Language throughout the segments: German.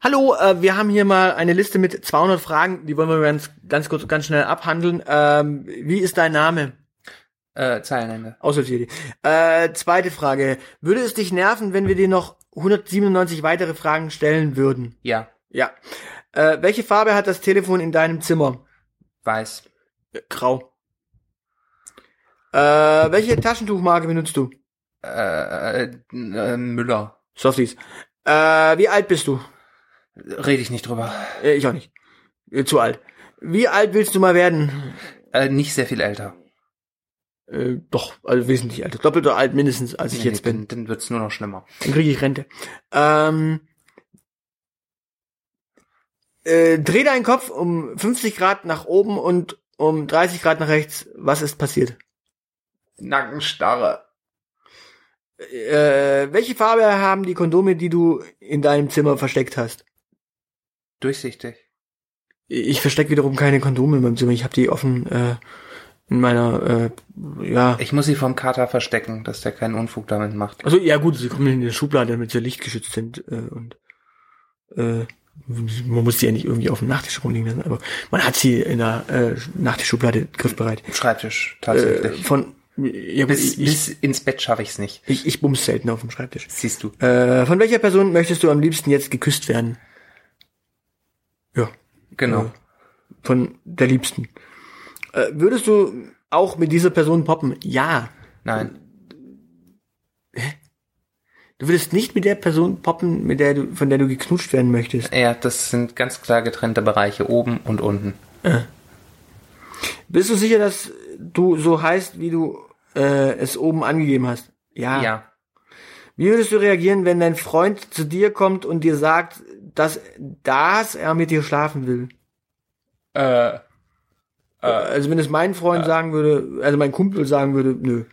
Hallo, äh, wir haben hier mal eine Liste mit 200 Fragen, die wollen wir ganz, ganz kurz, ganz schnell abhandeln. Ähm, wie ist dein Name? Äh, Zeilenende. Aussortiere die. Äh, zweite Frage. Würde es dich nerven, wenn wir dir noch 197 weitere Fragen stellen würden? Ja, Ja. Äh, welche Farbe hat das Telefon in deinem Zimmer? weiß. Äh, grau. Äh, welche Taschentuchmarke benutzt du? Äh, äh, Müller. Softies. Äh, wie alt bist du? Rede ich nicht drüber. Äh, ich auch nicht. Äh, zu alt. Wie alt willst du mal werden? Äh, nicht sehr viel älter. Äh, doch, also wesentlich alt. Doppelt so alt mindestens, als ich Nee, jetzt nee, bin. Dann, dann wird's nur noch schlimmer. Dann kriege ich Rente. Ähm, äh, dreh deinen Kopf um 50 Grad nach oben und um 30 Grad nach rechts. Was ist passiert? Nackenstarre. Äh, welche Farbe haben die Kondome, die du in deinem Zimmer versteckt hast? Durchsichtig. Ich verstecke wiederum keine Kondome in meinem Zimmer. Ich habe die offen äh, in meiner, äh, ja. Ich muss sie vom Kater verstecken, dass der keinen Unfug damit macht. Also ja gut, sie kommen in die Schublade, damit sie lichtgeschützt sind äh, und äh, man muss sie ja nicht irgendwie auf dem Nachttisch rumliegen lassen, aber man hat sie in der äh, Nachttischschublade griffbereit. Schreibtisch, Äh, tatsächlich. von ja, bis, ich, ich, bis ins Bett schaffe ich's nicht. ich, ich bumse selten auf dem Schreibtisch. Siehst du. Äh, von welcher Person möchtest du am liebsten jetzt geküsst werden? Ja, Genau. äh, von der Liebsten. Äh, würdest du auch mit dieser Person poppen? Ja. Nein. Du würdest nicht mit der Person poppen, mit der du, von der du geknutscht werden möchtest. Ja, das sind ganz klar getrennte Bereiche, oben und unten. Bist du sicher, dass du so heißt, wie du äh, es oben angegeben hast? Ja. Ja. Wie würdest du reagieren, wenn dein Freund zu dir kommt und dir sagt, dass das er mit dir schlafen will? Äh, also wenn es mein Freund sagen würde, also mein Kumpel sagen würde, nö.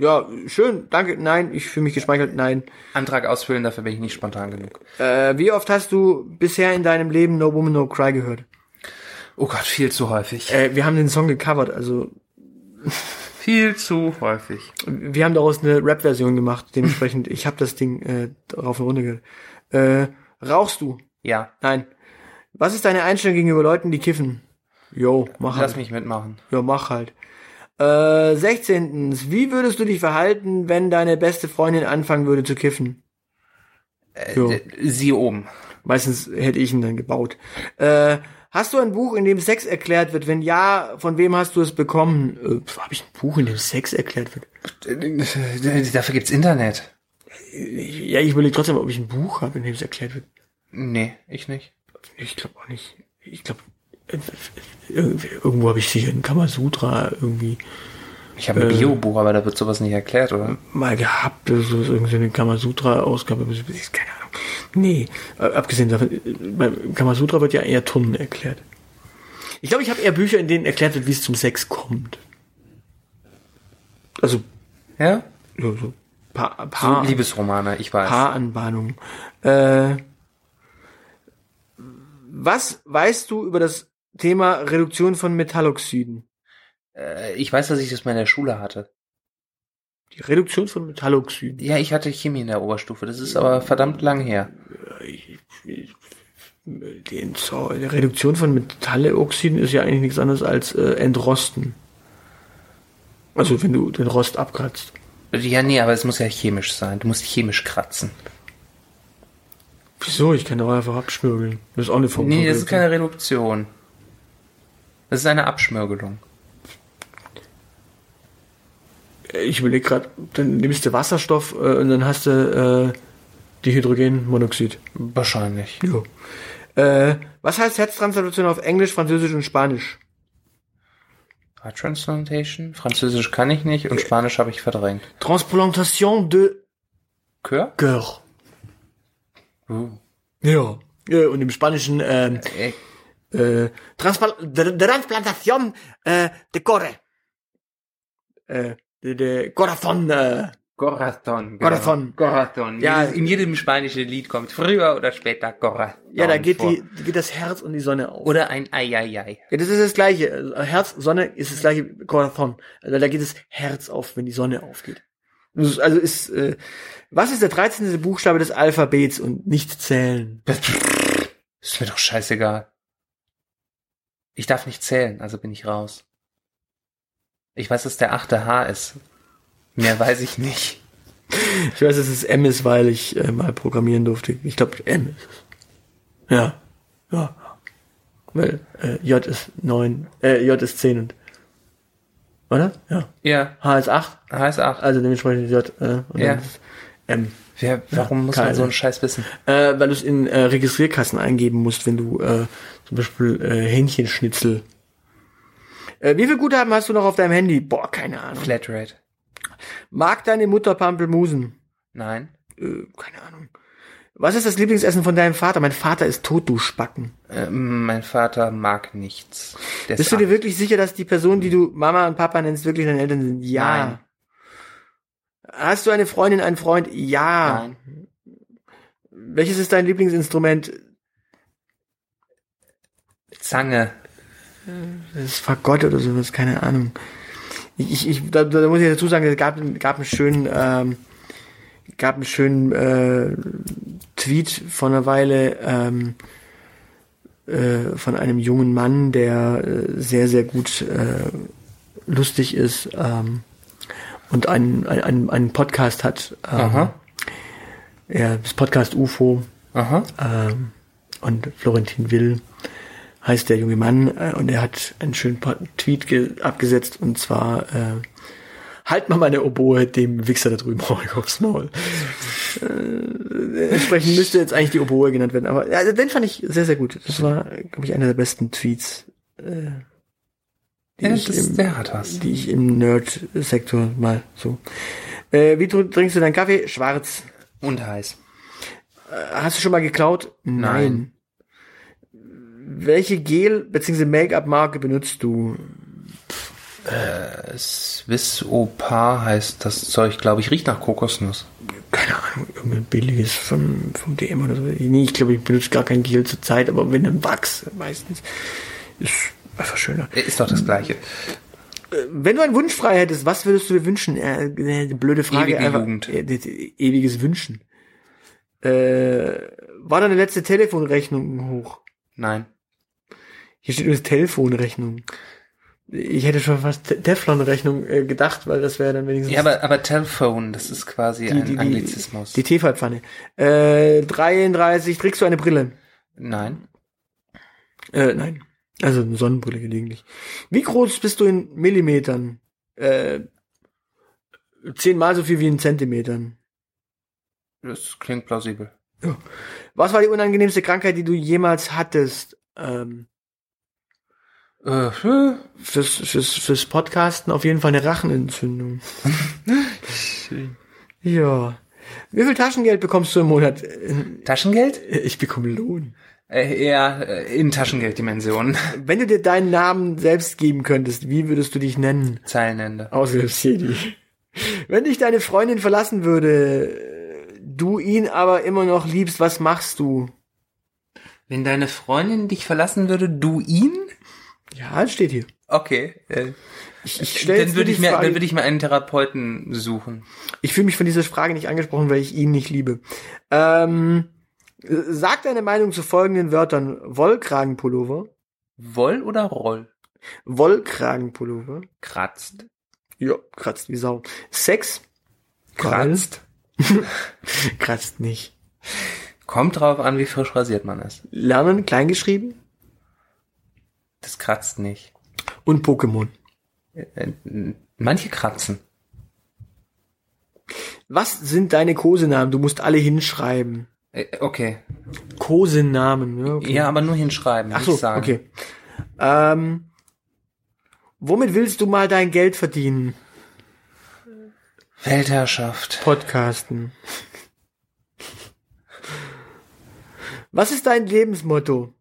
Ja, schön, danke, nein, ich fühle mich geschmeichelt, nein. Antrag ausfüllen, dafür bin ich nicht spontan genug. Äh, wie oft hast du bisher in deinem Leben No Woman No Cry gehört? Oh Gott, viel zu häufig. Äh, wir haben den Song gecovert, also Viel zu häufig. wir haben daraus eine Rap-Version gemacht, dementsprechend, ich habe das Ding äh, rauf und runter gehört. Äh, rauchst du? Ja, Nein. Was ist deine Einstellung gegenüber Leuten, die kiffen? Jo, mach lass halt. mich mitmachen. Ja, mach halt. Äh, 16. Wie würdest du dich verhalten, wenn deine beste Freundin anfangen würde zu kiffen? Äh, Jo. d- Sie oben. Meistens hätte ich ihn dann gebaut. Äh, hast du ein Buch, in dem Sex erklärt wird? Wenn ja, von wem hast du es bekommen? Äh, pf, hab ich ein Buch, in dem Sex erklärt wird? Dafür gibt's Internet. Ich, ja, ich überlege trotzdem, ob ich ein Buch habe, in dem es erklärt wird. Nee, ich nicht. Ich glaube auch nicht. Ich glaube, irgendwo habe ich sicher in Kamasutra irgendwie Ich habe ein Biobuch, aber da wird sowas nicht erklärt, oder? mal gehabt, das ist irgendwie so eine Kamasutra-Ausgabe, das ist keine Ahnung. Nee, äh, abgesehen davon, äh, beim Kamasutra wird ja eher Turnen erklärt. Ich glaube, ich habe eher Bücher, in denen erklärt wird, wie es zum Sex kommt. Also, Ja? so, so paar, So paar, Liebesromane, ich weiß. paar Anbahnungen. Äh, was weißt du über das Thema Reduktion von Metalloxiden? Äh, Ich weiß, dass ich das mal in der Schule hatte. Die Reduktion von Metalloxiden. Ja, ich hatte Chemie in der Oberstufe. Das ist aber verdammt lang her. Den Zau- Die Reduktion von Metalloxiden ist ja eigentlich nichts anderes als äh, Entrosten. Also wenn du den Rost abkratzt. Ja, nee, aber es muss ja chemisch sein. Du musst chemisch kratzen. Wieso? Ich kann doch einfach abschmürgeln. Das ist auch eine Form Nee, von das ist Reduktion. keine Reduktion. Das ist eine Abschmörgelung. Äh, Ich überlege gerade, dann nimmst du Wasserstoff äh, und dann hast du äh, Dihydrogenmonoxid. Wahrscheinlich. Jo. Äh, was heißt Herztransplantation auf Englisch, Französisch und Spanisch? Heart Transplantation? Französisch kann ich nicht und Spanisch habe ich verdrängt. Transplantation de Kör? cœur. Uh. Ja. ja. Und im Spanischen ähm, Ey, äh, Transpla de, de Transplantation äh, de Corre. Äh, de, de Corazon. Äh, Corazon. Corazon. Corazon. Ja. Ja. In jedem spanischen Lied kommt früher oder später Corazon ja, da geht, vor. die, geht das Herz und die Sonne auf. Oder ein Eieiei. Ja, das ist das Gleiche. Also Herz, Sonne ist das gleiche wie Corazon. Also da geht das Herz auf, wenn die Sonne aufgeht. Das ist- Also ist, äh, was ist der 13. Buchstabe des Alphabets und nicht zählen? Das ist mir doch scheißegal. Ich darf nicht zählen, also bin ich raus. Ich weiß, dass der achte H ist. Mehr weiß ich nicht. Ich weiß, dass es M ist, weil ich äh, mal programmieren durfte. Ich glaube, M ist es. Ja. Ja. Weil äh, J ist 9, äh, J ist 10 und. Oder? Ja. Ja, H ist 8, H ist 8. also dementsprechend J äh, und Ja. dann ist M. Wer, warum muss keine. man so einen Scheiß wissen? Äh, weil du es in äh, Registrierkassen eingeben musst, wenn du äh, zum Beispiel äh, Hähnchenschnitzel. Äh, wie viel Guthaben hast du noch auf deinem Handy? Boah, keine Ahnung. Flatrate. Mag deine Mutter Pampelmusen? Nein. Äh, keine Ahnung. Was ist das Lieblingsessen von deinem Vater? Mein Vater ist tot, du Spacken. Ähm, mein Vater mag nichts. Der Bist ist du dir acht. wirklich sicher, dass die Person, die du Mama und Papa nennst, wirklich deine Eltern sind? Ja. Nein. Hast du eine Freundin, einen Freund? Ja. Nein. Welches ist dein Lieblingsinstrument? Zange. Das ist Fagott oder sowas, keine Ahnung. Ich, ich, ich, da, da muss ich dazu sagen, es gab, gab einen schönen, ähm, gab einen schönen äh, Tweet von einer Weile ähm, äh, von einem jungen Mann, der äh, sehr, sehr gut äh, lustig ist ähm, und einen, einen, einen Podcast hat. Ähm, Aha. Ja, das Podcast UFO. Aha. Ähm, und Florentin Will heißt der junge Mann äh, und er hat einen schönen Pa- Tweet ge- abgesetzt und zwar äh, halt mal meine Oboe dem Wichser da drüben ruhig aufs Maul. Äh, entsprechend müsste jetzt eigentlich die Oboe genannt werden, aber also, den fand ich sehr, sehr gut. Das war, glaube ich, einer der besten Tweets, äh, die, Ja, ich das, im, der hat was. die ich im Nerd-Sektor mal so. Äh, wie tr- trinkst du deinen Kaffee? Schwarz. Und heiß. Hast du schon mal geklaut? Nein. Welche Gel- bzw. Make-up-Marke benutzt du? Swiss Opar heißt das Zeug, glaube ich. Riecht nach Kokosnuss. Keine Ahnung, irgendein billiges vom, vom DM oder so. Nee, ich glaube, ich benutze gar kein Gel zur Zeit, aber wenn dann Wachs meistens. Ist einfach schöner. Äh, Ist doch das Gleiche. Wenn du einen Wunsch frei hättest, was würdest du dir wünschen? Äh, äh, blöde Frage. Ewige einfach, Jugend. Äh, das- ewiges Wünschen. Äh, war deine letzte Telefonrechnung hoch? Nein. Hier steht übrigens Telefonrechnung. Ich hätte schon fast Te- Teflon-Rechnung äh, gedacht, weil das wäre dann wenigstens Ja, aber, aber Telefon, das ist quasi die, ein die, Anglizismus. die, die Tefalpfanne. Äh, 33, trägst du eine Brille? Nein. Äh, nein. Also eine Sonnenbrille gelegentlich. Wie groß bist du in Millimetern? Äh, zehnmal so viel wie in Zentimetern. Das klingt plausibel. Was war die unangenehmste Krankheit, die du jemals hattest? Ähm, Äh, äh, fürs, fürs, fürs Podcasten auf jeden Fall eine Rachenentzündung. Ja. Wie viel Taschengeld bekommst du im Monat? Äh, Taschengeld? Ich bekomme Lohn. Äh, eher äh, in Taschengelddimensionen. Wenn du dir deinen Namen selbst geben könntest, wie würdest du dich nennen? Zeilenende. Außer als Jedi. Wenn dich deine Freundin verlassen würde, äh, du ihn aber immer noch liebst, was machst du? Wenn deine Freundin dich verlassen würde, du ihn? Ja, das steht hier. Okay. Äh, Ich, ich stell dann jetzt nur würde die ich, mir- Frage- dann würde ich mir einen Therapeuten suchen. Ich fühle mich von dieser Frage nicht angesprochen, weil ich ihn nicht liebe. Ähm, äh, sag deine Meinung zu folgenden Wörtern. Wollkragenpullover. Woll oder Roll? Wollkragenpullover. Kratzt. Ja, kratzt wie Sau. Sex. Kratzt. Geil. Kratzt nicht. Kommt drauf an, wie frisch rasiert man ist. Lernen, kleingeschrieben. Das kratzt nicht. Und Pokémon. Äh, äh, manche kratzen. Was sind deine Kosenamen? Du musst alle hinschreiben. Äh, okay. Kosenamen, ja. Okay. Ja, aber nur hinschreiben, Ach nicht so, sagen. okay. Ähm, womit willst du mal dein Geld verdienen? Weltherrschaft. Podcasten. Was ist dein Lebensmotto?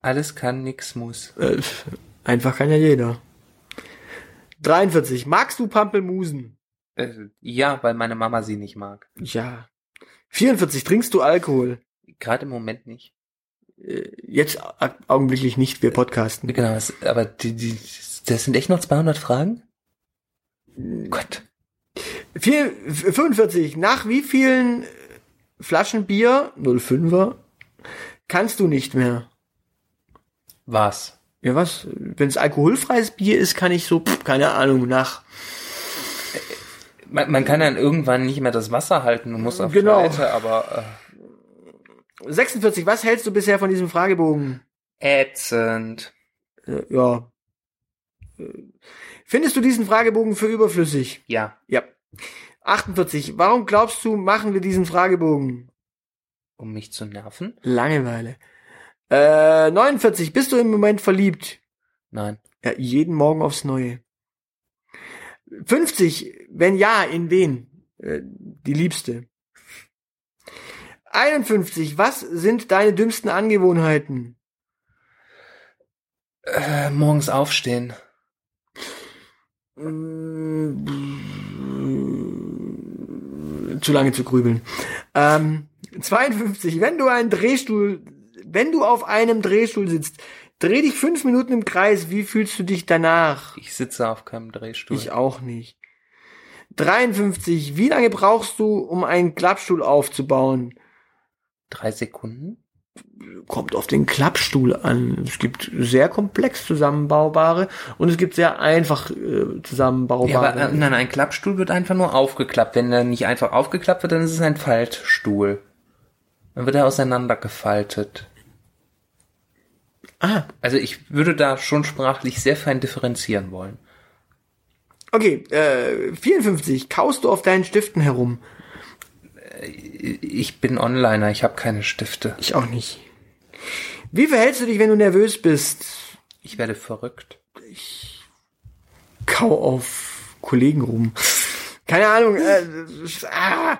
Alles kann, nix muss. Äh, einfach kann ja jeder. 43. Magst du Pampelmusen? Äh, ja, weil meine Mama sie nicht mag. Ja. 44. Trinkst du Alkohol? Gerade im Moment nicht. Äh, Jetzt au- augenblicklich nicht, wir podcasten. Genau, es- aber die, die, das sind echt noch 200 Fragen? Gott. Vier, 45. Nach wie vielen äh, Flaschen Bier, 05er, kannst du nicht mehr? Was? Ja, was? Wenn es alkoholfreies Bier ist, kann ich so, pff, keine Ahnung, nach. Man, man kann dann irgendwann nicht mehr das Wasser halten und muss auf Genau. Toilette, aber 46. Was hältst du bisher von diesem Fragebogen? äh, ätzend. Äh, ja. Äh, Findest du diesen Fragebogen für überflüssig? Ja, Ja. 48. Warum glaubst du, machen wir diesen Fragebogen? um mich zu nerven? Langeweile. Äh, 49. Bist du im Moment verliebt? Nein. Ja, jeden Morgen aufs Neue. 50. Wenn ja, in wen? Äh, die Liebste. 51. Was sind deine dümmsten Angewohnheiten? Äh, morgens aufstehen. Mm, Zu lange zu grübeln. Ähm, 52. Wenn du einen Drehstuhl, wenn du auf einem Drehstuhl sitzt, dreh dich fünf Minuten im Kreis. Wie fühlst du dich danach? Ich sitze auf keinem Drehstuhl. Ich auch nicht. 53. Wie lange brauchst du, um einen Klappstuhl aufzubauen? Drei Sekunden? kommt auf den Klappstuhl an. Es gibt sehr komplex zusammenbaubare und es gibt sehr einfach äh, Ja, zusammenbaubare. aber äh, nein, ein Klappstuhl wird einfach nur aufgeklappt. Wenn er nicht einfach aufgeklappt wird, dann ist es ein Faltstuhl. Dann wird er auseinandergefaltet. ah, Also ich würde da schon sprachlich sehr fein differenzieren wollen. okay, äh, 54. Kaust du auf deinen Stiften herum? Ich bin Onliner, ich habe keine Stifte. Ich auch nicht. Wie verhältst du dich, wenn du nervös bist? Ich werde verrückt. Kau auf Kollegen rum. Keine Ahnung. Äh, ah.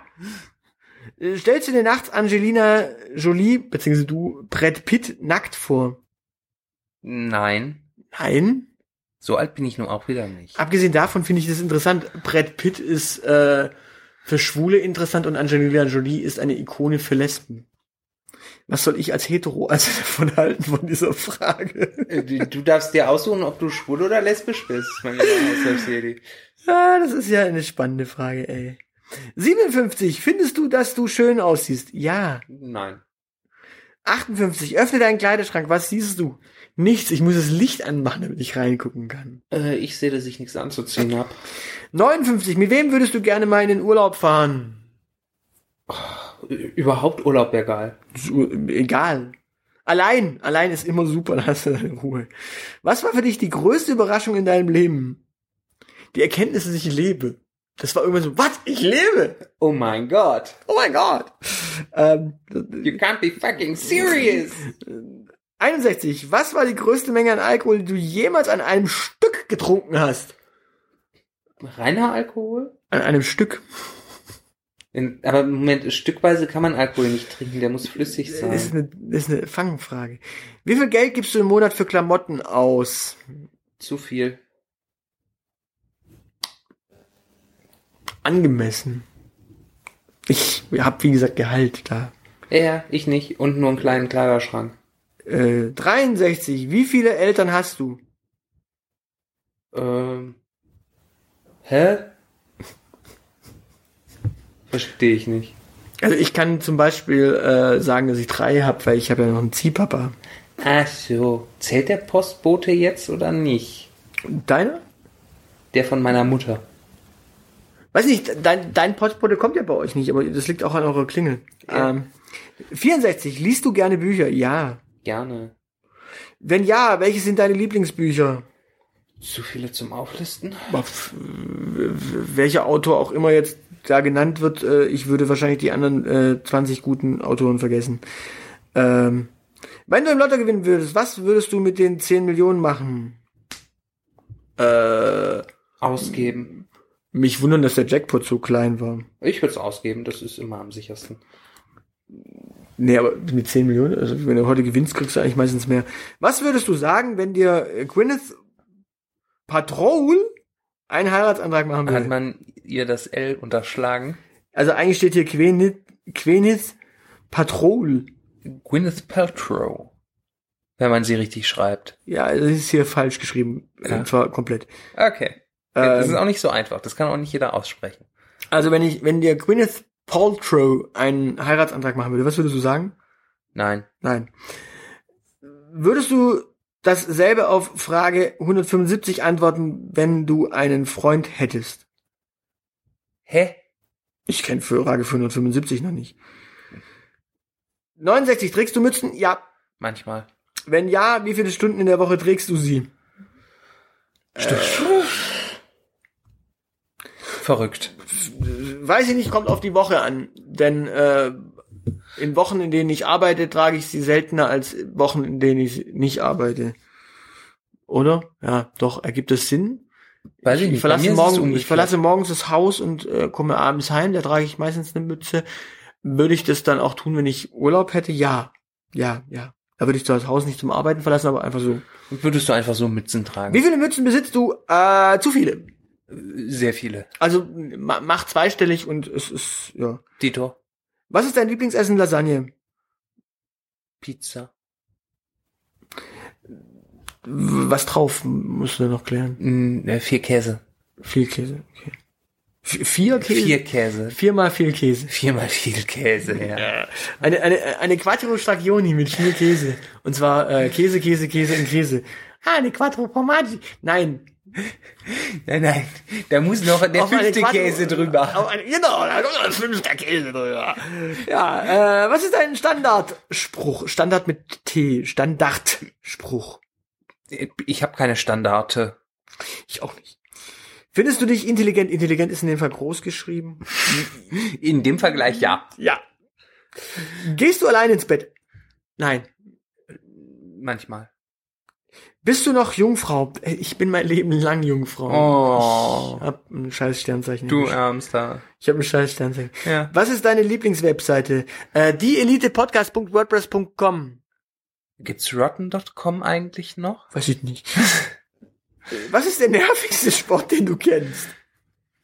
Äh, Stellst du dir nachts Angelina Jolie, beziehungsweise du, Brad Pitt, nackt vor? Nein, Nein? so alt bin ich nun auch wieder nicht. Abgesehen davon finde ich das interessant. Brad Pitt ist äh, für Schwule interessant und Angelina Jolie ist eine Ikone für Lesben. Was soll ich als Hetero also davon halten von dieser Frage? äh, Du, darfst dir aussuchen, ob du schwul oder lesbisch bist, mein lieber Ja, das ist ja eine spannende Frage, ey. 57. Findest du, dass du schön aussiehst? Ja. Nein. 58. Öffne deinen Kleiderschrank. Was siehst du? Nichts. Ich muss das Licht anmachen, damit ich reingucken kann. Äh, ich sehe, dass ich nichts anzuziehen habe. 59. Mit wem würdest du gerne mal in den Urlaub fahren? Äh, Überhaupt Urlaub wäre geil. So, egal. Allein, allein ist immer super, da hast du deine Ruhe. Was war für dich die größte Überraschung in deinem Leben? Die Erkenntnis, dass ich lebe. Das war irgendwann so, was? Ich lebe? Oh mein Gott. Oh mein Gott. Ähm, You can't be fucking serious. 61. Was war die größte Menge an Alkohol, die du jemals an einem Stück getrunken hast? Reiner Alkohol? An einem Stück. In, aber Moment, stückweise kann man Alkohol nicht trinken, der muss flüssig sein. Das ist eine, das ist eine Fangfrage. Wie viel Geld gibst du im Monat für Klamotten aus? Zu viel. Angemessen. Ich habe, wie gesagt, Gehalt da. Ja, ich nicht. Und nur einen kleinen Kleiderschrank. Äh, 63. Wie viele Eltern hast du? Ähm. Hä? Verstehe ich nicht. Also ich kann zum Beispiel äh, sagen, dass ich drei habe, weil ich habe ja noch einen Ziehpapa. Ach so. Zählt der Postbote jetzt oder nicht? Deiner? Der von meiner Mutter. Weiß nicht, dein, dein Postbote kommt ja bei euch nicht, aber das liegt auch an eurer Klingel. Ja. Ähm, 64. Liest du gerne Bücher? Ja. Gerne. Wenn ja, welche sind deine Lieblingsbücher? Zu viele zum Auflisten? Aber f- w- Welcher Autor auch immer jetzt da genannt wird, äh, ich würde wahrscheinlich die anderen äh, 20 guten Autoren vergessen. Ähm, wenn du im Lotto gewinnen würdest, was würdest du mit den 10 Millionen machen? Äh, Ausgeben. mich wundern, dass der Jackpot so klein war. Ich würde es ausgeben, das ist immer am sichersten. Nee, aber mit 10 Millionen, also wenn du heute gewinnst, kriegst du eigentlich meistens mehr. Was würdest du sagen, wenn dir äh, Gwyneth Patrol einen Heiratsantrag machen würde? Hat man ihr das L unterschlagen? Also eigentlich steht hier Quenit, Quenit Patrol. Gwyneth Paltrow. Wenn man sie richtig schreibt. Ja, das ist hier falsch geschrieben. Ja. Und zwar komplett. Okay. Ähm, das ist auch nicht so einfach. Das kann auch nicht jeder aussprechen. Also wenn ich, wenn dir Gwyneth Paltrow einen Heiratsantrag machen würde, was würdest du sagen? Nein. Nein. Würdest du dasselbe auf Frage 175 antworten, wenn du einen Freund hättest? Hä? Ich kenne Frage 175 noch nicht. 69 trägst du Mützen? Ja. Manchmal. Wenn ja, wie viele Stunden in der Woche trägst du sie? Verrückt. Äh, Weiß ich nicht, kommt auf die Woche an. Denn äh, in Wochen, in denen ich arbeite, trage ich sie seltener als Wochen, in denen ich nicht arbeite. Oder? Ja, doch, ergibt es Sinn? Weiß Ich Bei mir verlasse, ist es morgen, umgekehrt. ich verlasse morgens das Haus und äh, komme abends heim, da trage ich meistens eine Mütze. Würde ich das dann auch tun, wenn ich Urlaub hätte? Ja. Ja, ja. Da würde ich zwar das Haus nicht zum Arbeiten verlassen, aber einfach so. Würdest du einfach so Mützen tragen? Wie viele Mützen besitzt du? Äh, zu viele. Sehr viele. Also ma mach zweistellig und es ist, ja. Dito. Was ist dein Lieblingsessen? Lasagne. Pizza. W- Was drauf musst du noch klären? Mm, äh, vier Käse. Viel Käse, okay. V vier Käse? Vier Käse. Viermal viel Käse. Viermal viel Käse, ja. Eine, eine, eine Quattro Stagioni mit viel Käse. Und zwar äh, Käse, Käse, Käse und Käse. Ah, eine Quattro Formaggi. Nein. Nein, nein. Da muss noch der auf eine fünfte Quattro- Käse drüber. Auf eine, genau, da kommt noch ein fünfter Käse drüber. Ja, äh, was ist dein Standardspruch? Standard mit T. Standardspruch. Ich habe keine Standarte. Ich auch nicht. Findest du dich intelligent? Intelligent ist in dem Fall groß geschrieben. In dem Vergleich ja. Ja. Gehst du allein ins Bett? Nein. Manchmal. Bist du noch Jungfrau? Äh, Ich bin mein Leben lang Jungfrau. Oh. Ich hab ein scheiß Sternzeichen. Du Ärmster. Ich habe ein scheiß Sternzeichen. Ja. Was ist deine Lieblingswebseite? Äh, dieelitepodcast.wordpress.com. Gibt's rotten.com eigentlich noch? Weiß ich nicht. Äh, Was ist der nervigste Sport, den du kennst?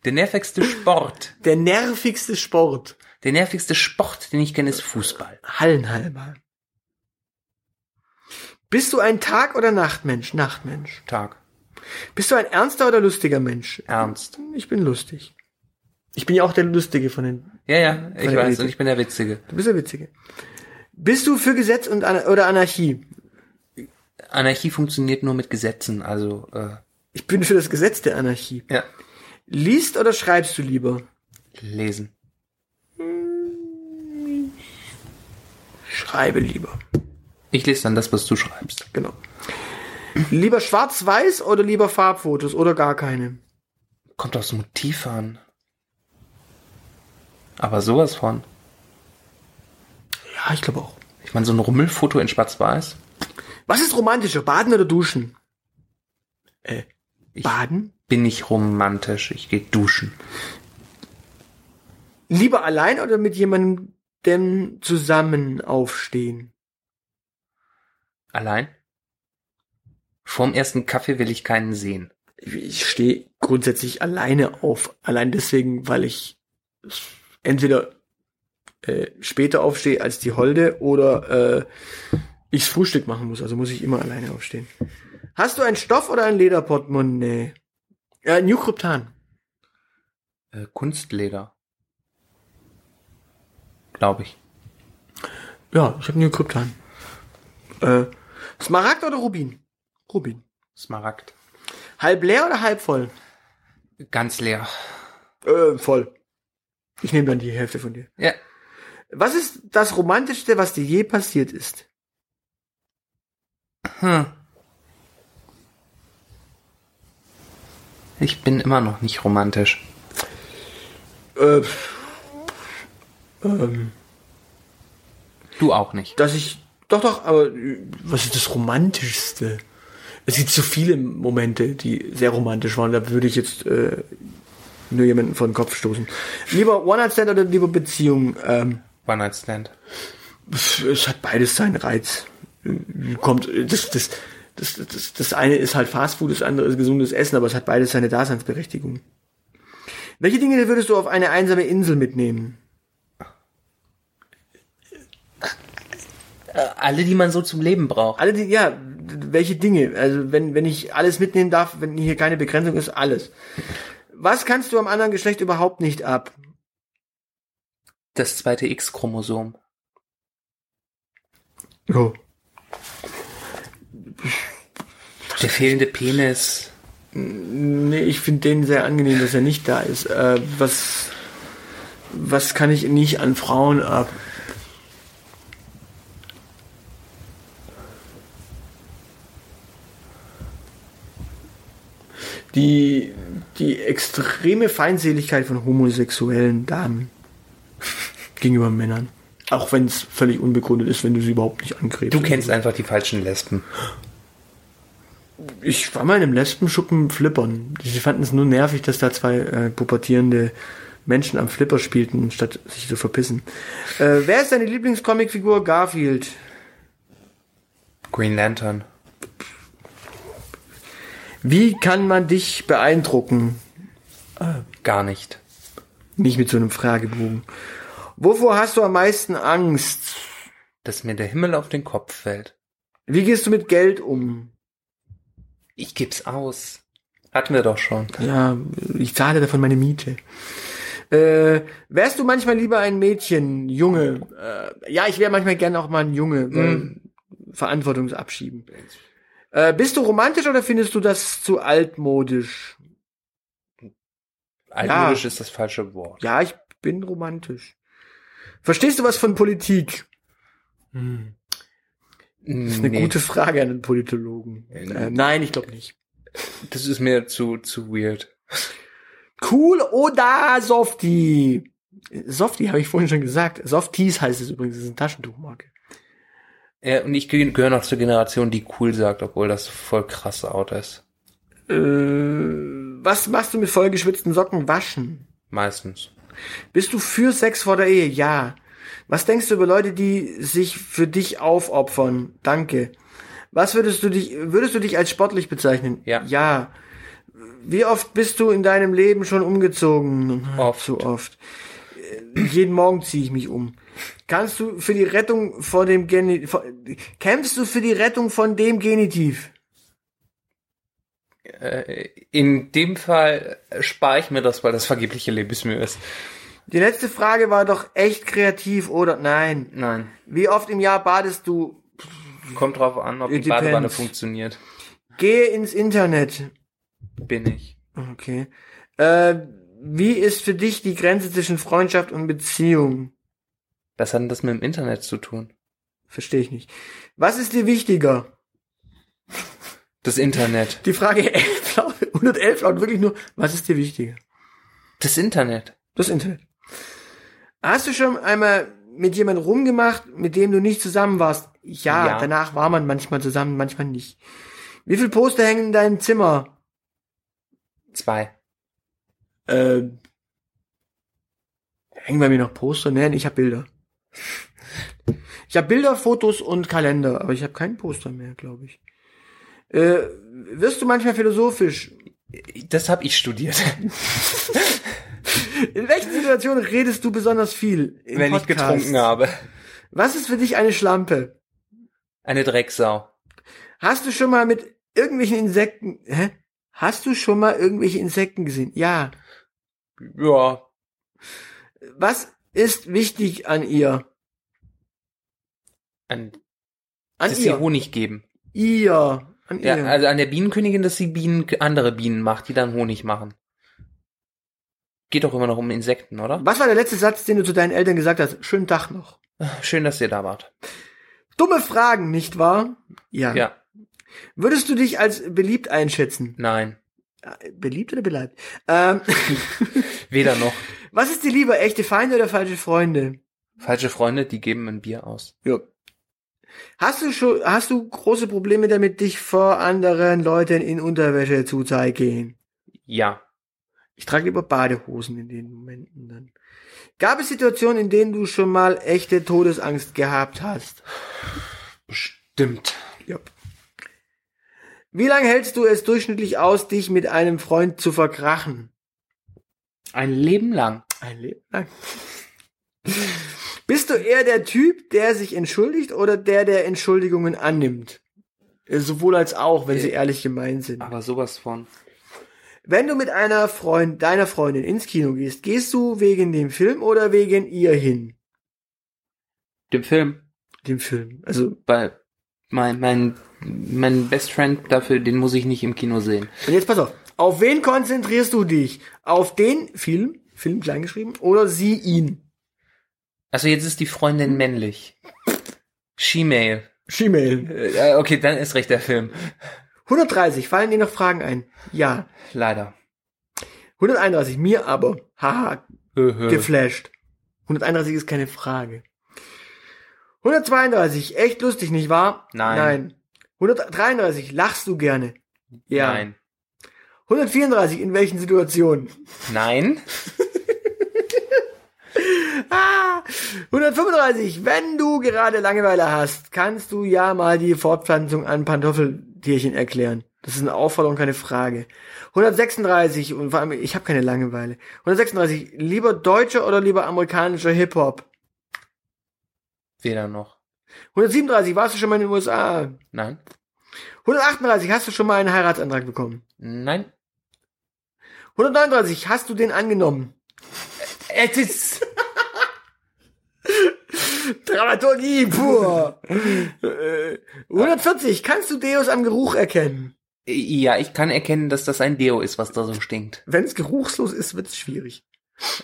Der nervigste Sport. Der nervigste Sport. Der nervigste Sport, den ich kenne, ist Fußball. Hallenhalber. Bist du ein Tag- oder Nachtmensch? Nachtmensch. Tag. Bist du ein ernster oder lustiger Mensch? Ernst. Ich bin lustig. Ich bin ja auch der Lustige von den. Ja, ja, ich Voll weiß. witzig. Und ich bin der Witzige. Du bist der Witzige. Bist du für Gesetz und Ana- oder Anarchie? Anarchie funktioniert nur mit Gesetzen, also, äh, Ich bin für das Gesetz der Anarchie. ja. Liest oder schreibst du lieber? Lesen. Schreibe lieber. Ich lese dann das, was du schreibst. Genau. Lieber schwarz-weiß oder lieber Farbfotos oder gar keine? Kommt aufs Motiv an. Aber sowas von. Ja, ich glaube auch. Ich meine, so ein Rummelfoto in Schwarz-Weiß. Was ist romantischer, baden oder duschen? Äh, ich- baden? Bin ich romantisch. Ich gehe duschen. Lieber allein oder mit jemandem denn zusammen aufstehen? Allein? Vorm ersten Kaffee will ich keinen sehen. Ich stehe grundsätzlich alleine auf. Allein deswegen, weil ich entweder äh, später aufstehe als die Holde oder äh, ich's Frühstück machen muss. Also muss ich immer alleine aufstehen. Hast du einen Stoff oder ein Lederportemonnaie? Äh, New Kryptan. Äh, Kunstleder. Glaube ich. Ja, ich habe New Kryptan. Äh, Smaragd oder Rubin? Rubin. Smaragd. Halb leer oder halb voll? Ganz leer. Äh, voll. Ich nehme dann die Hälfte von dir. Ja. Was ist das Romantischste, was dir je passiert ist? Hm. Ich bin immer noch nicht romantisch. Äh, ähm, Du auch nicht. dass ich. Doch, doch, aber äh, was ist das Romantischste? Es gibt so viele Momente, die sehr romantisch waren. Da würde ich jetzt äh, nur jemanden vor den Kopf stoßen. Lieber One-Night-Stand oder lieber Beziehung? Ähm, One Night Stand. es es hat beides seinen Reiz. Äh, Kommt, das, das, das, das, das eine ist halt Fastfood, das andere ist gesundes Essen, aber es hat beides seine Daseinsberechtigung. Welche Dinge würdest du auf eine einsame Insel mitnehmen? Äh, Alle, die man so zum Leben braucht. Alle die, ja, welche Dinge? Also wenn, wenn ich alles mitnehmen darf, wenn hier keine Begrenzung ist, alles. Was kannst du am anderen Geschlecht überhaupt nicht ab? Das zweite X-Chromosom. Jo. Der fehlende Penis. Nee, ich finde den sehr angenehm, dass er nicht da ist. Äh, was, was kann ich nicht an Frauen ab? Die, die extreme Feindseligkeit von homosexuellen Damen gegenüber Männern. Auch wenn es völlig unbegründet ist, wenn du sie überhaupt nicht angrebst. Du kennst einfach die falschen Lesben. Ich war mal in einem Lesbenschuppen flippern. Sie fanden es nur nervig, dass da zwei äh, pubertierende Menschen am Flipper spielten, statt sich zu verpissen. Äh, wer ist deine Lieblingscomicfigur? Garfield. Green Lantern. Wie kann man dich beeindrucken? Gar nicht. Nicht mit so einem Fragebogen. Wovor hast du am meisten Angst? Dass mir der Himmel auf den Kopf fällt. Wie gehst du mit Geld um? Ich geb's aus. Hatten wir doch schon. Ja, ich zahle davon meine Miete. Äh, wärst du manchmal lieber ein Mädchen, Junge? Äh, ja, ich wäre manchmal gerne auch mal ein Junge, weil Verantwortungsabschieben. Äh, bist du romantisch oder findest du das zu altmodisch? Altmodisch ist das falsche Wort. Ja, ich bin romantisch. Verstehst du was von Politik? Das ist eine gute Frage an einen Politologen. Äh, nein, ich glaube nicht. Das ist mir zu, zu weird. Cool oder Softie? Softie habe ich vorhin schon gesagt. Softies heißt es übrigens, das ist eine Taschentuchmarke. Ja, Äh, und ich gehöre noch zur Generation, die cool sagt, obwohl das voll krass out ist. Äh, was machst du mit vollgeschwitzten Socken? Waschen. Meistens. Bist du für Sex vor der Ehe? Ja. Was denkst du über Leute, die sich für dich aufopfern? Danke. Was würdest du dich, würdest du dich als sportlich bezeichnen? Ja. Ja. Wie oft bist du in deinem Leben schon umgezogen? Oft. Zu oft. Äh, Jeden Morgen ziehe ich mich um. Kannst du für die Rettung vor dem Genitiv, kämpfst du für die Rettung von dem Genitiv? Äh, in dem Fall äh, spare ich mir das, weil das vergebliche Lebensmühe ist. Die letzte Frage war doch echt kreativ oder nein. Nein. Wie oft im Jahr badest du? Kommt drauf an, ob die It Badewanne depends. funktioniert. Gehe ins Internet. Bin ich. Okay. Äh, wie ist für dich die Grenze zwischen Freundschaft und Beziehung? Was hat denn das mit dem Internet zu tun? Verstehe ich nicht. Was ist dir wichtiger? Das Internet. Die Frage 11 laut- 111 lautet wirklich nur, was ist dir wichtiger? Das Internet. Das Internet. Hast du schon einmal mit jemandem rumgemacht, mit dem du nicht zusammen warst? Ja, Ja. danach war man manchmal zusammen, manchmal nicht. Wie viele Poster hängen in deinem Zimmer? Zwei. Äh, hängen bei mir noch Poster? Nein, ich habe Bilder. Ich habe Bilder, Fotos und Kalender, aber ich habe kein Poster mehr, glaube ich. Äh, wirst du manchmal philosophisch? Das habe ich studiert. In welchen Situationen redest du besonders viel? In wenn ich Podcasts? getrunken habe. Was ist für dich eine Schlampe? Eine Drecksau. Hast du schon mal mit irgendwelchen Insekten, hä? Hast du schon mal irgendwelche Insekten gesehen? Ja. Ja. Was ist wichtig an ihr? An, An dass sie ihr. Honig geben. Ihr. An Ja, ihr. also an der Bienenkönigin, dass sie Bienen, andere Bienen macht, die dann Honig machen. Geht doch immer noch um Insekten, oder? Was war der letzte Satz, den du zu deinen Eltern gesagt hast? Schönen Tag noch. Schön, dass ihr da wart. Dumme Fragen, nicht wahr? Ja. Ja. Würdest du dich als beliebt einschätzen? Nein. Äh, Beliebt oder beleibt? Ähm, Weder noch. was ist dir lieber, echte Feinde oder falsche Freunde? Falsche Freunde, die geben ein Bier aus. Ja. Hast du schon, hast du große Probleme damit, dich vor anderen Leuten in Unterwäsche zu zeigen? Ja. Ich trage lieber Badehosen in den Momenten dann. Gab es Situationen, in denen du schon mal echte Todesangst gehabt hast? Bestimmt. Ja. Wie lange hältst du es durchschnittlich aus, dich mit einem Freund zu verkrachen? Ein Leben lang. Ein Leben lang. Bist du eher der Typ, der sich entschuldigt oder der, der Entschuldigungen annimmt? Äh, Ah. Sowohl als auch, wenn sie Äh, ehrlich gemeint sind. Aber sowas von. Wenn du mit einer Freund, deiner Freundin ins Kino gehst, gehst du wegen dem Film oder wegen ihr hin? Dem Film. Dem Film. Also, Weil mein, mein, mein Best Friend dafür, den muss ich nicht im Kino sehen. und jetzt pass auf. Auf wen konzentrierst du dich? Auf den Film, Film kleingeschrieben, oder sie ihn? Also jetzt ist die Freundin männlich. She-Mail. Gmail. Äh, ja, okay, dann ist recht der Film. 130. Fallen dir noch Fragen ein? Ja. Leider. 131. Mir aber. Haha. Höhö. Geflasht. 131 ist keine Frage. 132. Echt lustig, nicht wahr? Nein. Nein. 133. Lachst du gerne? Ja. Nein. 134. In welchen Situationen? Nein. Ah, 135. Wenn du gerade Langeweile hast, kannst du ja mal die Fortpflanzung an Pantoffeltierchen erklären. Das ist eine Aufforderung, keine Frage. 136 und vor allem, ich habe keine Langeweile. 136. Lieber deutscher oder lieber amerikanischer Hip-Hop? Weder noch. 137. Warst du schon mal in den USA? Nein. 138. Hast du schon mal einen Heiratsantrag bekommen? Nein. 139. Hast du den angenommen? Es ist. Dramaturgie pur. Äh, 140. Kannst du Deus am Geruch erkennen? Ja, ich kann erkennen, dass das ein Deo ist, was da so stinkt. Wenn es geruchslos ist, wird es schwierig.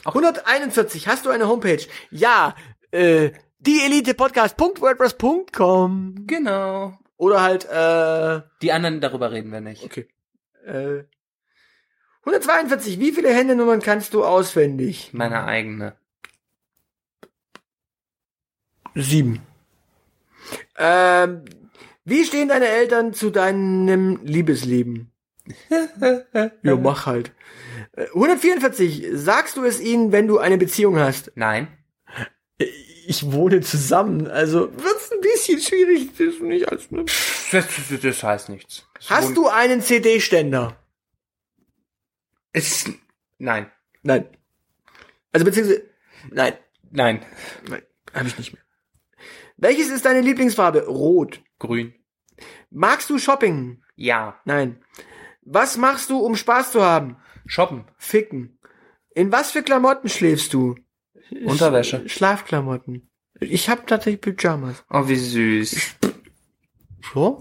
141, hast du eine Homepage? Ja, äh, dieelitepodcast.wordpress.com Genau. oder halt, äh, Die anderen darüber reden wir nicht. okay, äh, 142, wie viele Händenummern kannst du auswendig? Meine eigene. Sieben. Ähm, wie stehen deine Eltern zu deinem Liebesleben? ja, mach halt. Äh, 144, sagst du es ihnen, wenn du eine Beziehung hast? Nein. ich wohne zusammen, also wird's ein bisschen schwierig, das ist nicht als eine Das, das, das heißt nichts. Das Hast du einen CD-Ständer? Es, nein. Nein. Also beziehungsweise nein, Nein. nein, habe ich nicht mehr. Welches ist deine Lieblingsfarbe? Rot. Grün. Magst du Shopping? Ja. Nein. Was machst du, um Spaß zu haben? Shoppen. Ficken. In was für Klamotten schläfst du? Unterwäsche. Sch- Schlafklamotten. Ich habe tatsächlich Pyjamas. Oh, wie süß. Ja,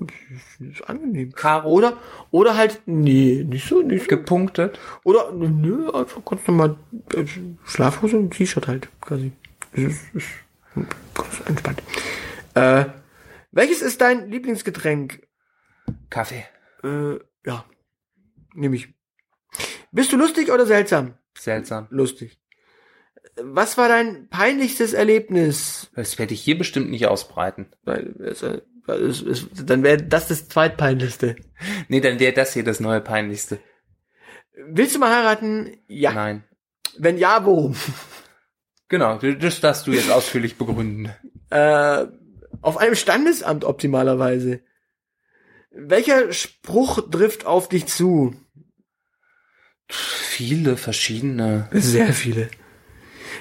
ist angenehm. Karo. Oder oder halt nee, nicht so, nicht so Gepunktet. Oder, nö, also ganz normal äh, Schlafhose und T-Shirt halt, quasi. Es ist, es ist ganz entspannt. Äh, welches ist dein Lieblingsgetränk? Kaffee. Äh, ja, nehme ich. Bist du lustig oder seltsam? Seltsam. Lustig. Was war dein peinlichstes Erlebnis? Das werde ich hier bestimmt nicht ausbreiten. Weil, es, äh, es, es, dann wäre das das zweitpeinlichste. Nee, dann wäre das hier das neue Peinlichste. Willst du mal heiraten? Ja. Nein. Wenn ja, wo? Genau, das darfst du jetzt ausführlich begründen. Äh, auf einem Standesamt optimalerweise. Welcher Spruch trifft auf dich zu? Viele verschiedene. Sehr viele.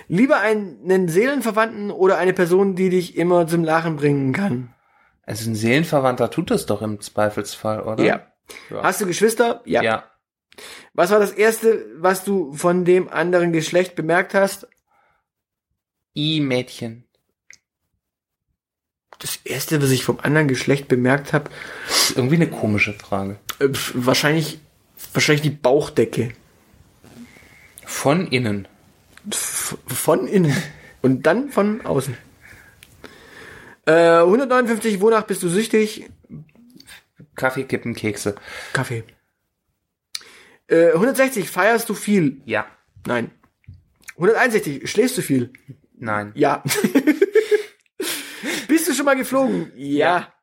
Lieber einen Seelenverwandten oder eine Person, die dich immer zum Lachen bringen kann. Also ein Seelenverwandter tut das doch im Zweifelsfall, oder? Ja. Hast du Geschwister? ja. Was war das erste, was du von dem anderen Geschlecht bemerkt hast? I-Mädchen. Das erste, was ich vom anderen Geschlecht bemerkt habe, Das ist irgendwie eine komische Frage. äh, pf, wahrscheinlich wahrscheinlich die Bauchdecke Von innen. F- von innen und dann von außen. Äh, 159, wonach bist du süchtig? Kaffee, Kippen, Kekse. Kaffee. Äh, 160, feierst du viel? Ja. Nein. 161, schläfst du viel? Nein. Ja. bist du schon mal geflogen? Ja.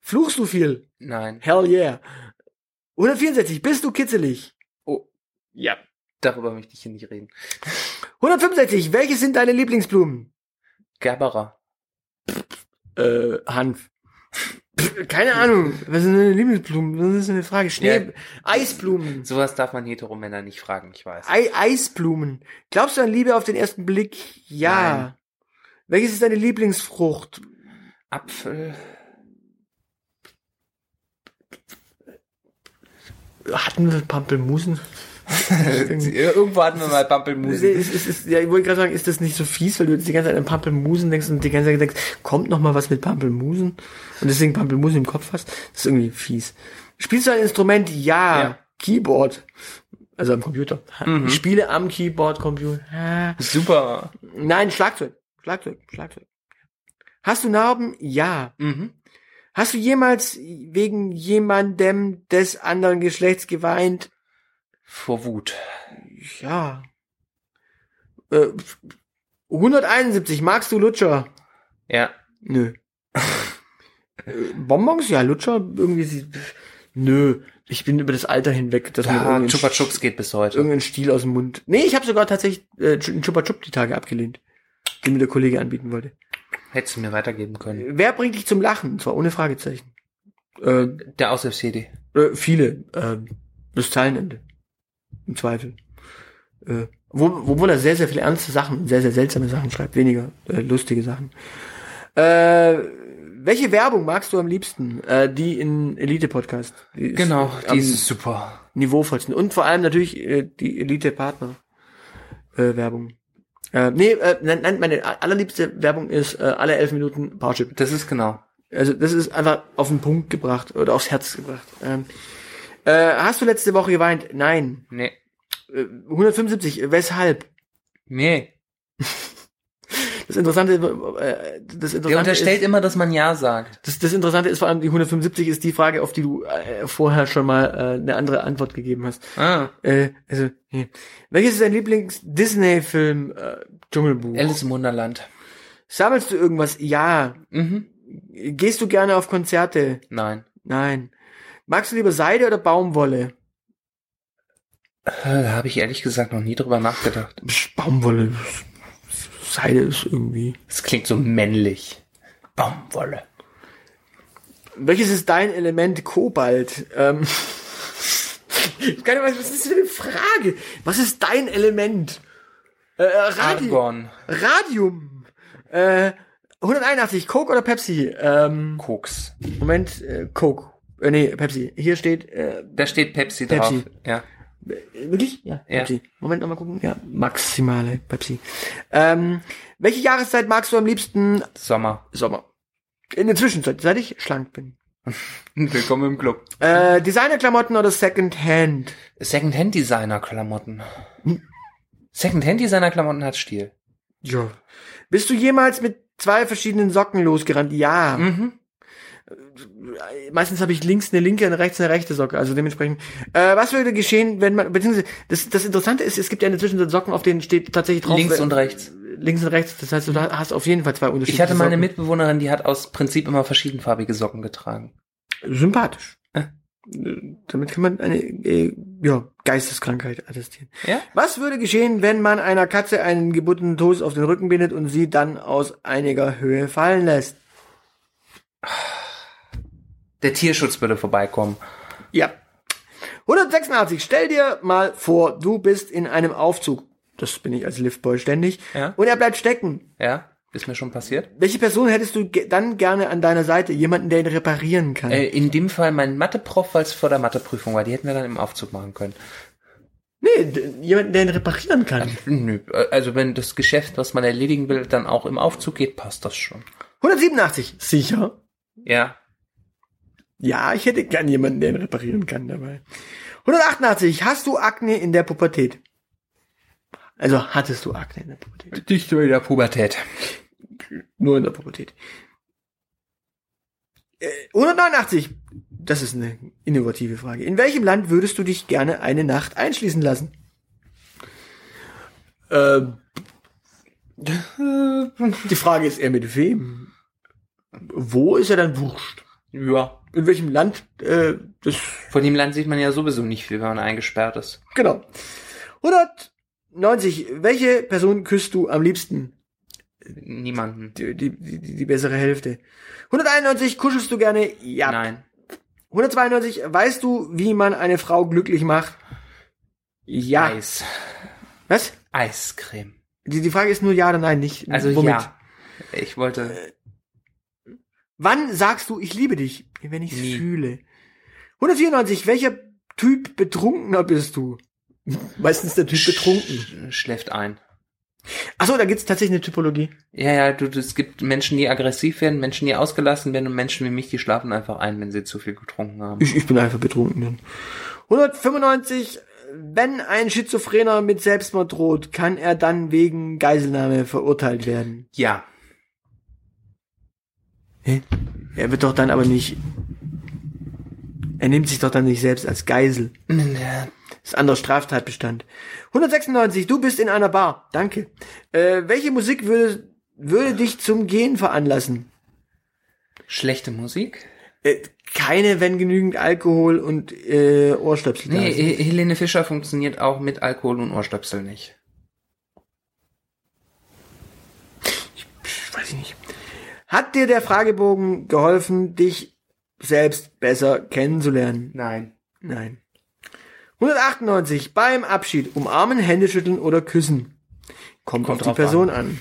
Fluchst du viel? Nein. Hell yeah. 164, bist du kitzelig? Oh, Ja. darüber möchte ich hier nicht reden. 165, welche sind deine Lieblingsblumen? Gerbera. Äh, Hanf. Pff, Keine Ahnung. Was sind denn Lieblingsblumen? Das ist eine Frage. Schnee. Ja. Eisblumen. Sowas darf man Heteromänner nicht fragen, ich weiß. Ei Eisblumen. Glaubst du an Liebe auf den ersten Blick? Ja. Nein. Welches ist deine Lieblingsfrucht? Apfel. Hatten wir Pampelmusen? Irgendwo hatten wir mal Pampelmusen. Ist, ist, ist, ja, ich wollte gerade sagen, ist das nicht so fies, weil du jetzt die ganze Zeit an Pampelmusen denkst und die ganze Zeit denkst, kommt noch mal was mit Pampelmusen und deswegen Pampelmusen im Kopf hast? Das ist irgendwie fies. Spielst du ein Instrument? Ja. Ja. Keyboard. Also am Computer. Ich spiele am Keyboard, Computer. Super. Nein, Schlagzeug. Schlagzeug, Schlagzeug. Hast du Narben? Ja. Mhm. Hast du jemals wegen jemandem des anderen Geschlechts geweint? Vor Wut. Ja. Äh, 171, magst du Lutscher? Ja. Nö. Äh, Bonbons? Ja, Lutscher, irgendwie sie. Nö. Ich bin über das Alter hinweg, dass mir ja irgendein, Ah, Chupa Chups geht bis heute. irgendein Stiel aus dem Mund. Nee, ich habe sogar tatsächlich äh, einen Chupa Chup die Tage abgelehnt, den mir der Kollege anbieten wollte. Hättest du mir weitergeben können. Wer bringt dich zum Lachen? Und zwar ohne Fragezeichen. Äh, Der Aushilfs-CD. äh, viele. Äh, bis Zeilenende. Im Zweifel. Äh, wo, obwohl er sehr, sehr viele ernste Sachen, sehr, sehr seltsame Sachen schreibt, weniger äh, lustige Sachen. Äh, welche Werbung magst du am liebsten? Äh, die in Elite-Podcast. Die ist Genau, am die ist super. niveauvollsten. Und vor allem natürlich äh, die Elite-Partner-Werbung. Äh, Werbung. äh, nee, äh, nein, nein, meine allerliebste Werbung ist äh, alle elf Minuten Powerchip. Das ist genau. Also das ist einfach auf den Punkt gebracht oder aufs Herz gebracht. Ähm, äh, hast du letzte Woche geweint? Nein. Nee. Äh, 175. Weshalb? Nee. Das Interessante, äh, das Der Interessante unterstellt ist, immer, dass man Ja sagt. das, das Interessante ist vor allem die 175 ist die Frage, auf die du äh, vorher schon mal äh, eine andere Antwort gegeben hast. Ah. Äh, also hier. welches ist dein Lieblings-Disney-Film? Äh, Dschungelbuch. Alice im Wunderland. Sammelst du irgendwas? Ja. Mhm. Gehst du gerne auf Konzerte? Nein. Nein. Magst du lieber Seide oder Baumwolle? Äh, Da habe ich ehrlich gesagt noch nie drüber nachgedacht. Baumwolle, Seide ist irgendwie. Das klingt so männlich. Baumwolle. Welches ist dein Element Kobalt? Ähm, ich kann nicht, was ist das für eine Frage? Was ist dein Element? Äh, Radi Argon. Radium. Äh, 181, Coke oder Pepsi? Ähm, Koks. Moment, äh, Coke. Äh, nee, Pepsi. Hier steht, äh, Da steht Pepsi, Pepsi. drauf. Ja. wirklich? Ja, Ja. Pepsi. Moment, nochmal gucken. Ja, maximale Pepsi. Ähm, welche Jahreszeit magst du am liebsten? Sommer. Sommer. In der Zwischenzeit, seit ich schlank bin. Willkommen im Club. Äh, Designerklamotten oder Secondhand? Second-Hand-Designer-Klamotten. Hm. Second-Hand-Designer-Klamotten hat Stil. Ja. Bist du jemals mit zwei verschiedenen Socken losgerannt? Ja. Äh, Mhm. Meistens habe ich links eine linke und rechts eine rechte Socke. Also dementsprechend. Äh, was würde geschehen, wenn man, beziehungsweise, das, das Interessante ist, es gibt ja in der Zwischenzeit Socken, auf denen steht tatsächlich drauf. Links wer- und rechts. Mhm. Links und rechts. Das heißt, du hast auf jeden Fall zwei Ich unterschiedliche hatte meine Socken. Mitbewohnerin, die hat aus Prinzip immer verschiedenfarbige Socken getragen. Sympathisch. Äh. Äh, Damit kann man eine äh, ja, Geisteskrankheit attestieren. Ja? Was würde geschehen, wenn man einer Katze einen gebundenen Toast auf den Rücken bindet und sie dann aus einiger Höhe fallen lässt? Der Tierschutz würde vorbeikommen. Ja. 186. Stell dir mal vor, du bist in einem Aufzug. Das bin ich als Liftboy ständig. Ja. Und er bleibt stecken. Ja? Ist mir schon passiert? Welche Person hättest du ge dann gerne an deiner Seite? Jemanden, der ihn reparieren kann. Äh, in dem Fall mein Mathe-Prof, weil es vor der Matheprüfung war. Die hätten wir dann im Aufzug machen können. Nee, d- jemanden, der ihn reparieren kann. Nö, äh, also wenn das Geschäft, was man erledigen will, dann auch im Aufzug geht, passt das schon. 187. Sicher. Ja. Ja, ich hätte gern jemanden, der ihn reparieren kann dabei. 188. Hast du Akne in der Pubertät? Also hattest du Akne in der Pubertät? Nicht nur in der Pubertät. Nur in der Pubertät. Äh, 189. Das ist eine innovative Frage. In welchem Land würdest du dich gerne eine Nacht einschließen lassen? Ähm, Äh, die Frage ist eher mit wem? Wo ist er dann wurscht? Ja. In welchem Land? Äh, das Von dem Land sieht man ja sowieso nicht viel, wenn man eingesperrt ist. Genau. 190. Welche Person küsst du am liebsten? Niemanden. Die, die, die, die bessere Hälfte. 191. Kuschelst du gerne? Ja. Nein. 192. Weißt du, wie man eine Frau glücklich macht? Ja. Eis. Was? Eiscreme. Die, die Frage ist nur ja oder nein, nicht Also womit. ja. Ich wollte. Wann sagst du, ich liebe dich? Wenn ich Nie. fühle. 194. Welcher Typ Betrunkener bist du? Meistens der Typ betrunken. Sch- Schläft ein. Achso, da gibt's tatsächlich eine Typologie. Ja, ja, du, du, es gibt Menschen, die aggressiv werden, Menschen, die ausgelassen werden und Menschen wie mich, die schlafen einfach ein, wenn sie zu viel getrunken haben. Ich, ich bin einfach betrunken. Dann. 195. Wenn ein Schizophrener mit Selbstmord droht, kann er dann wegen Geiselnahme verurteilt werden. Ja. Hä? Er wird doch dann aber nicht. Er nimmt sich doch dann nicht selbst als Geisel. Das ist ein anderer Straftatbestand. 196. Du bist in einer Bar. Danke. Äh, welche Musik würde, würde dich zum Gehen veranlassen? Schlechte Musik? Äh, keine, wenn genügend Alkohol und äh, Ohrstöpsel da Nee, sind. He- Helene Fischer funktioniert auch mit Alkohol und Ohrstöpsel nicht. Pff, weiß ich nicht. Hat dir der Fragebogen geholfen, dich selbst besser kennenzulernen? Nein. Nein. 198. Beim Abschied umarmen, Hände schütteln oder küssen. Kommt, Kommt auf die drauf Person an.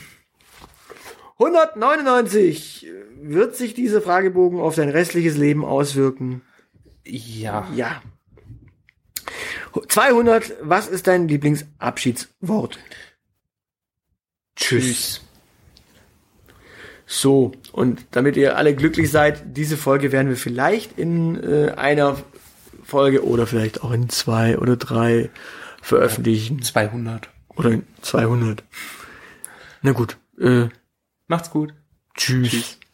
199. Wird sich dieser Fragebogen auf dein restliches Leben auswirken? Ja. Ja. 200. Was ist dein Lieblingsabschiedswort? Tschüss. So, und damit ihr alle glücklich seid, diese Folge werden wir vielleicht in äh, einer Folge oder vielleicht auch in zwei oder drei veröffentlichen. 200. Oder in 200. Na gut, äh, Macht's gut. tschüss. Tschüss.